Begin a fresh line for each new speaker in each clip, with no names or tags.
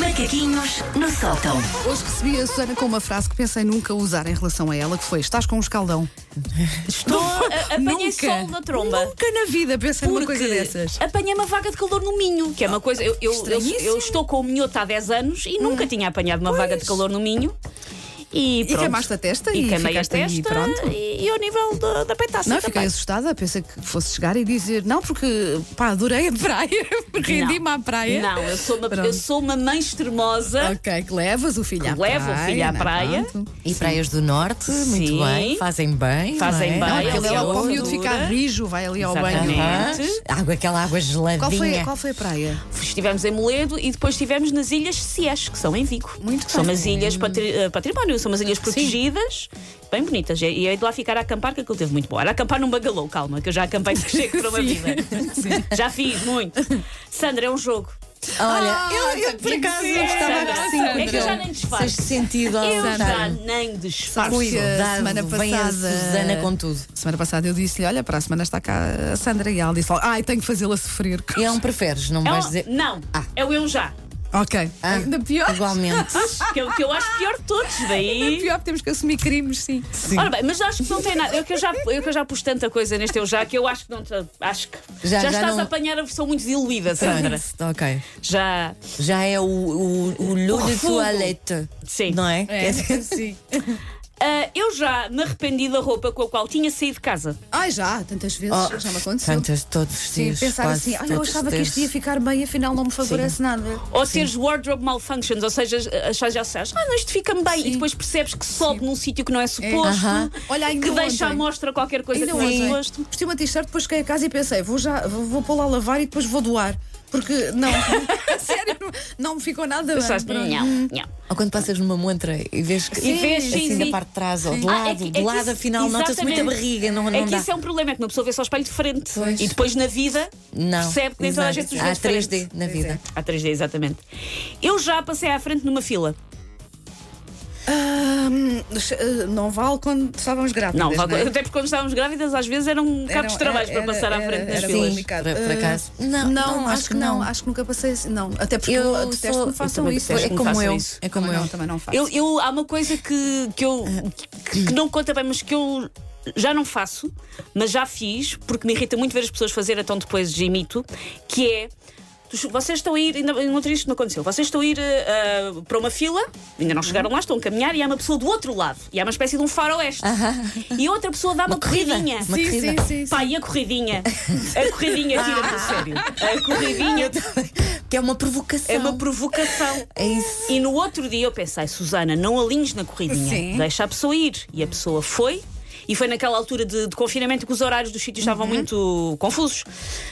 Macaquinhos no sótão.
Hoje recebi a Susana com uma frase que pensei nunca usar em relação a ela, que foi: Estás com um escaldão. Estou.
a- apanhei
nunca,
sol na tromba.
Nunca na vida pensei numa coisa dessas.
apanhei uma vaga de calor no Minho, que é uma coisa. Eu, eu, eu,
Estranhíssimo. Hum.
eu estou com o minhoto há 10 anos e nunca tinha apanhado uma vaga de calor no Minho. E,
E
pronto.
queimaste a testa e,
E queimei a
ficaste
testa
aí, pronto.
e, e ao nível da, da peitaça.
Não, fiquei assim.
também.
assustada, pensei que fosse chegar e dizer não, porque pá, adorei a praia, rendi-me à praia.
Não, eu sou
Ah,
uma,
é? Pronto.
eu sou uma mãe extremosa.
Ok, que levas o filho à praia.
Levo o filho à
não é?
praia.
Pronto.
E praias do norte, muito
Sim.
bem, fazem bem.
Fazem
não é?
Não,
bem.
aquele é
ali
o
ao
miúdo
Douro.
ficar rijo, vai ali ao banho. é?
Exatamente.
Aham. Água, aquela água geladinha.
Qual foi, qual foi a praia?
Estivemos em Moledo e depois estivemos nas Ilhas Siesh, que são em Vico.
Muito
que São
bem.
umas ilhas patri- eh, património, são umas ilhas protegidas, bem bonitas. E e eu ia de lá ficar a acampar, que aquilo teve muito bom. Era acampar num bagalô, calma, que eu já acampei que chego para uma vida. Já fiz muito. Sandra, é um jogo.
Olha,
Ah,
eu, eu por acaso
sim,
gostava
Sandra,
que sim.
é que eu já nem
Sandra.
disfarço.
Sexto sentido,
Eu
Sandra.
já nem disfarço.
Fui a
Cuidado,
semana
vem a
passada.
Susana com tudo.
Semana passada eu disse-lhe: Olha, para a semana está cá a Sandra e ela disse: logo, Ai, tenho que fazê-la sofrer.
E é um preferes, não me
É
vais
um-
dizer.
Não,
Ah.
é o eu já.
Ok,
Ah,
ainda pior.
Igualmente.
Que eu, que eu acho pior de todos. Daí.
É Pior, temos que assumir crimes, sim.
Ora bem, mas acho que não tem nada. Eu que eu já, eu que eu já pus tanta coisa neste eu já que eu acho que não. te- Acho que
Já- já
já, estás
não-
a apanhar a versão muito diluída, Sandra.
Pronto, ok.
Já.
Já é o, o, o lou de
refugo.
toilette.
Sim.
Não é?
sim.
Ah, eu já me arrependi da roupa com a qual tinha saído de casa.
Ai, já, tantas vezes,
Oh,
já me aconteceu.
Tantas, todos os
Sim,
dias.
pensar
quase
assim, olha, eu
todos os
achava que
dias.
este ia ficar bem, afinal não me favorece nada.
Ou teres wardrobe malfunctions, ou seja, achas já achas, ah, não, isto fica-me bem. E depois percebes que sobe num sítio que não é suposto,
Aham.
Olha, ainda
que deixa à
ontem.
mostra qualquer coisa
Ainda
que não é
ontem.
suposto.
Vesti uma t-shirt, depois cheguei a casa e pensei, vou já, vou, vou pô-la a lavar e depois vou doar. Porque, não, sério, não me ficou nada bem.
Pensaste,
Pronto.
não, não.
Ou quando passas numa montra e vês que
E vês,
assim
sim,
da
sim.
parte de trás ou do
Ah,
lado,
é que- é
do
que
lado
isso-
afinal nota-se muita
exatamente.
barriga, não, não
é que
dá.
isso é um problema, é que uma pessoa vê só o espelho de frente
Pois.
e depois na vida
Não.
percebe que nem toda a gente os vê
Há
de frente.
3D na vida.
Há 3D, exatamente. Eu já passei à frente numa fila.
Ahm, eh, não vale quando estávamos grávidas.
Não,
é?
até porque quando estávamos grávidas, às vezes eram
Eram-
cabos de trabalho para
era-
passar à
É, era-
frente nas
era
filas.
Sim.
complicado.
por- por
Eh,
acaso?
Não, acho, que não. Acho que nunca passei assim. Não, até porque eu,
Eu
detesto
sou-
que me
eu
façam
também
isso.
detesto
É
que me
como
façam
eu.
isso.
É como
Também
eu.
não, também não faço.
Eu, eu- há uma coisa que, que eu que, que não conta bem, mas que eu já não faço, mas já fiz, porque me irrita muito ver as pessoas fazer, então depois imito, que é. tu- Vocês estão a ir, ainda não isto não aconteceu, vocês estão a ir ah, ah, para uma fila, ainda não chegaram lá, estão a caminhar e há uma pessoa do outro lado, e há uma espécie de um faroeste, e a outra pessoa dá uma,
corrida,
corridinha.
uma
sim, sim,
querida.
sim, sim.
Pá, e a corridinha? A corridinha tira-me do sério. A corridinha
Que é uma provocação.
é uma provocação.
É isso.
E no outro dia eu pensei, Susana, não alinhes na corridinha,
Sim.
deixa a pessoa ir. E a pessoa foi. E foi naquela altura de, de confinamento que os horários dos sítios
Uhum.
estavam muito confusos.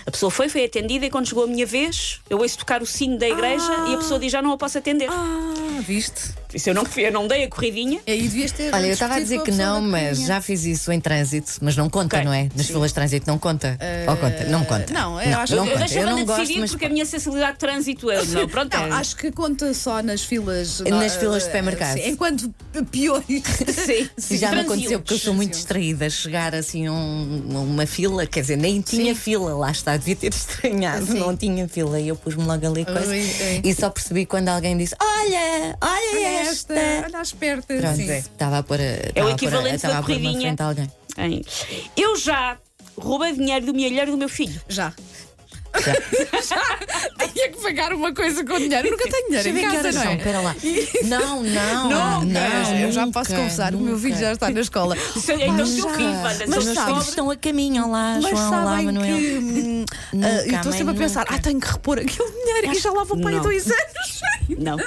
A pessoa foi, foi atendida e quando chegou a minha vez, eu ouço tocar o sino da igreja
Ah.
e a pessoa diz: Já não a posso atender.
Ah, viste?
Isso eu não, eu não dei a corridinha.
É, E aí devias ter.
Olha, eu estava a dizer
discutido
que
com
não,
a pessoa da
mas
cozinha.
já fiz isso em trânsito, mas não conta,
Ok. Eh,
não é? Nas filas de trânsito não conta. Ou conta? Não conta.
não, eu acho-
Eu,
não
eu
conta. eu
deixei a
não
banda
gosto,
decidir
mas
porque a minha sensibilidade de trânsito é. Não, pronto, é-
Não, acho que conta só nas filas.
Nas
não,
filas de
eh,
supermercado.
sim, Enquanto pior.
Sim.
já me
transiúdos.
aconteceu porque eu sou muito distraída chegar assim a um- a uma fila, quer dizer, nem tinha fila, lá está, devia ter estranhado,
Sim.
não tinha fila e eu pus-me logo ali coisa.
Ui, ui.
E só percebi quando alguém disse: Olha, olha, esta.
É Olha as pertas.
Pronto,
sim.
é, estava a pôr a.
É
estava a
o
pôr a-
equivalente
estava
da
a pôr-me à
corridinha.
frente a alguém.
Em- é Eu já roubei dinheiro do milheiro do meu filho.
Já. Já. Tinha que pagar uma coisa com dinheiro. Eu nunca tenho dinheiro em
Deixa eu ver que
casa,
horas
não
são,
é?
espera lá. Não, não.
Não,
não,
eu já
nunca,
posso confessar, o meu
nunca.
filho já está na escola.
Isso é- Então, se eu
Já.
vivo, anda,
Mas
se eu
meus filhos
descobre.
estão a caminho. Olá,
Mas
João, olá,
sabem
Manuel.
que hum,
Nunca,
ah, eu estou
mãe,
sempre a pensar,
nunca.
ah, tenho que repor aquele dinheiro e já lá vou para aí
Não.
dois anos.
Não.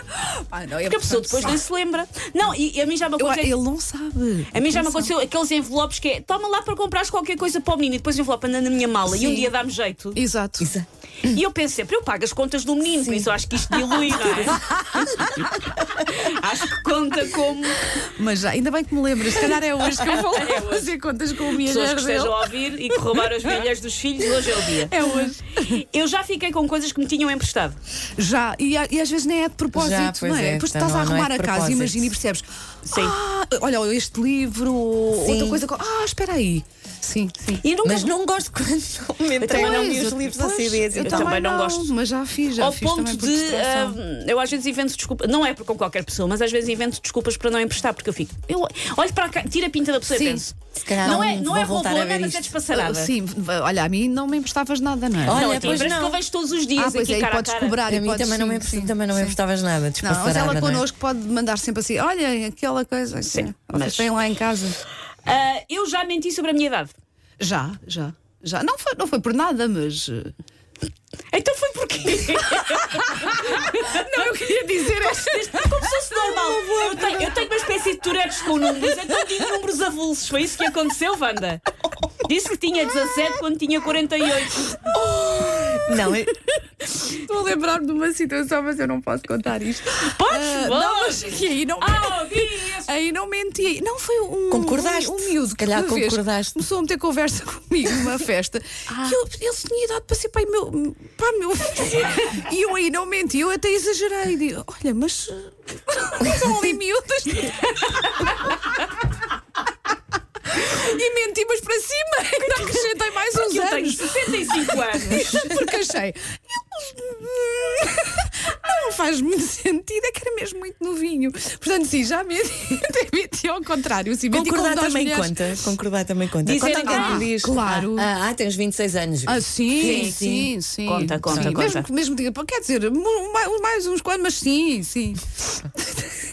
Ah, não, é
Porque a pessoa depois nem se lembra. Não, e, e a mim já me
Eu-
aconteceu.
ele não sabe.
é A mim já me aconteceu aqueles envelopes que é toma lá para comprares qualquer coisa para o menino e depois o envelope anda na minha mala e um
Sim.
dia dá-me jeito.
Exato.
Isso.
E eu penso sempre, eu pago as contas do menino, por isso eu acho que isto dilui, não é? acho que conta como
Mas já, ainda bem que me lembras, se calhar é hoje que eu vou lá fazer contas com o
pessoas que
milheiro dele.
estejam a ouvir e que roubaram as milhas dos filhos, hoje é o dia.
É hoje.
Eu já fiquei com coisas que me tinham emprestado.
Já, e, a- e às vezes nem é de propósito,
Já, pois
não é?
é,
Depois tu
então
estás a
não- não é
arrumar
de
a casa,
propósito.
imagina e percebes.
Sim.
Ah, olha, este livro, ou
Sim.
outra coisa. co- Ah, espera aí. Sim, sim.
E nunca
Mas não gosto quando me
também
entregam
não
os
uso.
livros assim a
Então é Pois,
CDs.
eu
e tal.
também não gosto.
Mas já fiz, já
ao
fiz
ponto
também por
de.
distração.
ah, eu às vezes invento desculpas. Não é por- com qualquer pessoa, mas às vezes invento desculpas para não emprestar, porque eu fico. Eu olho para cá, tira a pinta da pessoa
Sim.
e penso.
Se calhar
não
não
é, não
vou
é
voltar a
roubona,
ver
mas é
isto.
despassarada.
Ah, Sim, olha, a mim não me emprestavas nada, não é?
Olha,
Não, é
pois
parece que
não.
eu vejo todos os dias
ah, pois
aqui
aí
cara a
podes
cara.
cobrar.
A
e
mim
podes,
também,
sim,
não, me,
sim,
também não me
sim.
emprestavas nada.
Não, mas
Despassarada,
ela
não é?
connosco pode mandar sempre assim: olha, aquela coisa. Sim,
Sim,
vocês
mas-
têm lá em casa.
Ah, eu já menti sobre a minha idade.
Já, já, já. Não foi, não foi por nada, mas. eh,
Então foi porque. não, eu queria dizer. é Como se fosse normal. Eu tenho, eu tenho uma espécie de turetes com números, então digo números avulsos. Foi isso que aconteceu, Wanda? Disse que tinha 17 quando tinha 48.
Não, eu-
Estou a lembrar-me de uma situação, mas eu não posso contar isto.
Podes?
Ah,
vá.
não, mas que aí não.
Ah, ouvi esse.
Aí não menti. Não, foi um.
Concordaste.
Um, um miúdo.
Se calhar
que uma vez
concordaste. Ah.
Começou a meter conversa comigo numa festa. E eu, ele tinha idade para ser pai meu. Para meu filho. e eu aí não menti. Eu até exagerei. Digo, olha, mas. eh, São ali miúdas. e menti, mas para cima. Ainda acrescentei mais uns
Eu tenho
anos.
65 anos.
Porque achei. Eles. Não faz muito sentido, é que era mesmo muito novinho. Portanto, sim, já me até menti ao contrário. Sim, menti
concordar
como nós
também
mulheres.
conta. Concordar também conta.
Dizer
Quando alguém
ah,
te é diz.
claro.
Ah, ah, tens 26 anos.
Ah, sim, sim,
Sim,
sim.
sim.
Conta, conta,
Sim,
conta.
Mesmo, que- mesmo diga, pá, quer dizer, mu- mais, mais uns quantos, mas sim, sim.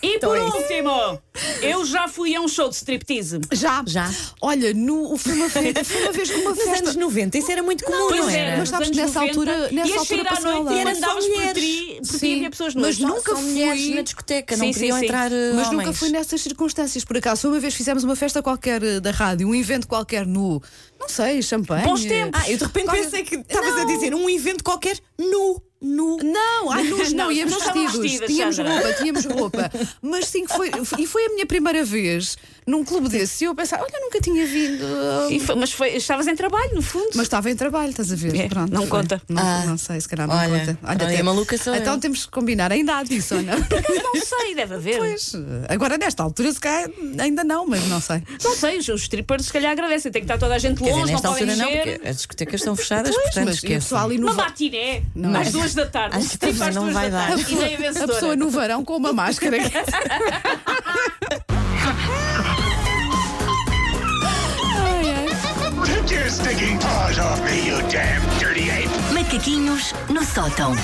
E
Então
por
é isso.
último, eu já fui a um show de striptease.
Já.
Já.
Olha, no, foi, uma vez, foi uma vez que uma
Nos
festa.
anos 90, isso era muito comum, não,
Pois é,
era?
mas sabes
nos
que
anos
nessa altura- nessa
ias
altura
sair à
passava
noite
lá.
e
Era só
andavas por
mulheres.
tri, por
Sim.
ti havia pessoas
Mas
nuas.
Só-
nunca
só mulheres
fui-
na discoteca,
Sim,
não
sim,
podiam
sim.
entrar eh,
Mas
homens.
nunca fui nessas circunstâncias, por acaso. Uma vez fizemos uma festa qualquer eh, da rádio, um evento qualquer no, não sei, eh, champanhe.
Bons tempos.
Ah, eu de repente
Qualquer-
pensei que estavas a dizer um evento qualquer nu, nu.
Não, ah, nus não,
Não,
íamos
nós estávamos
vestidos.
vestidas,
tínhamos
Sandra.
roupa, tínhamos roupa. Mas sim, que foi, e foi a minha primeira vez num clube desse. E eu pensava, olha, eu nunca tinha vindo.
E foi- mas foi- estavas em trabalho, no fundo.
Mas estava em trabalho, estás a ver?
É,
Pronto,
não
foi.
conta.
Não,
Ah.
não sei, se calhar não
Olha,
conta.
olha,
até-
maluca sou
Então
eu.
temos que combinar a idade disso, ou não?
não sei, deve haver.
Pois, agora nesta altura, se calhar ainda não, mas não sei.
Não sei, os os strippers se calhar agradecem. Tem que estar toda a gente
Quer
longe,
dizer, nesta
não podem
altura não,
mexer.
porque as discotecas estão fechadas,
Pois,
portanto
mas e o
esquece.
pessoal ali no
Uma
va-
matiné
Não.
às duas da tarde.
Acho que
strip
também
às
não
duas
vai
da
dar.
tarde. Ideia
A
vencedora.
pessoa no verão com uma máscara. é.
Take your stinking paws off me, you damn dirty ape!
Macaquinhos no sótão.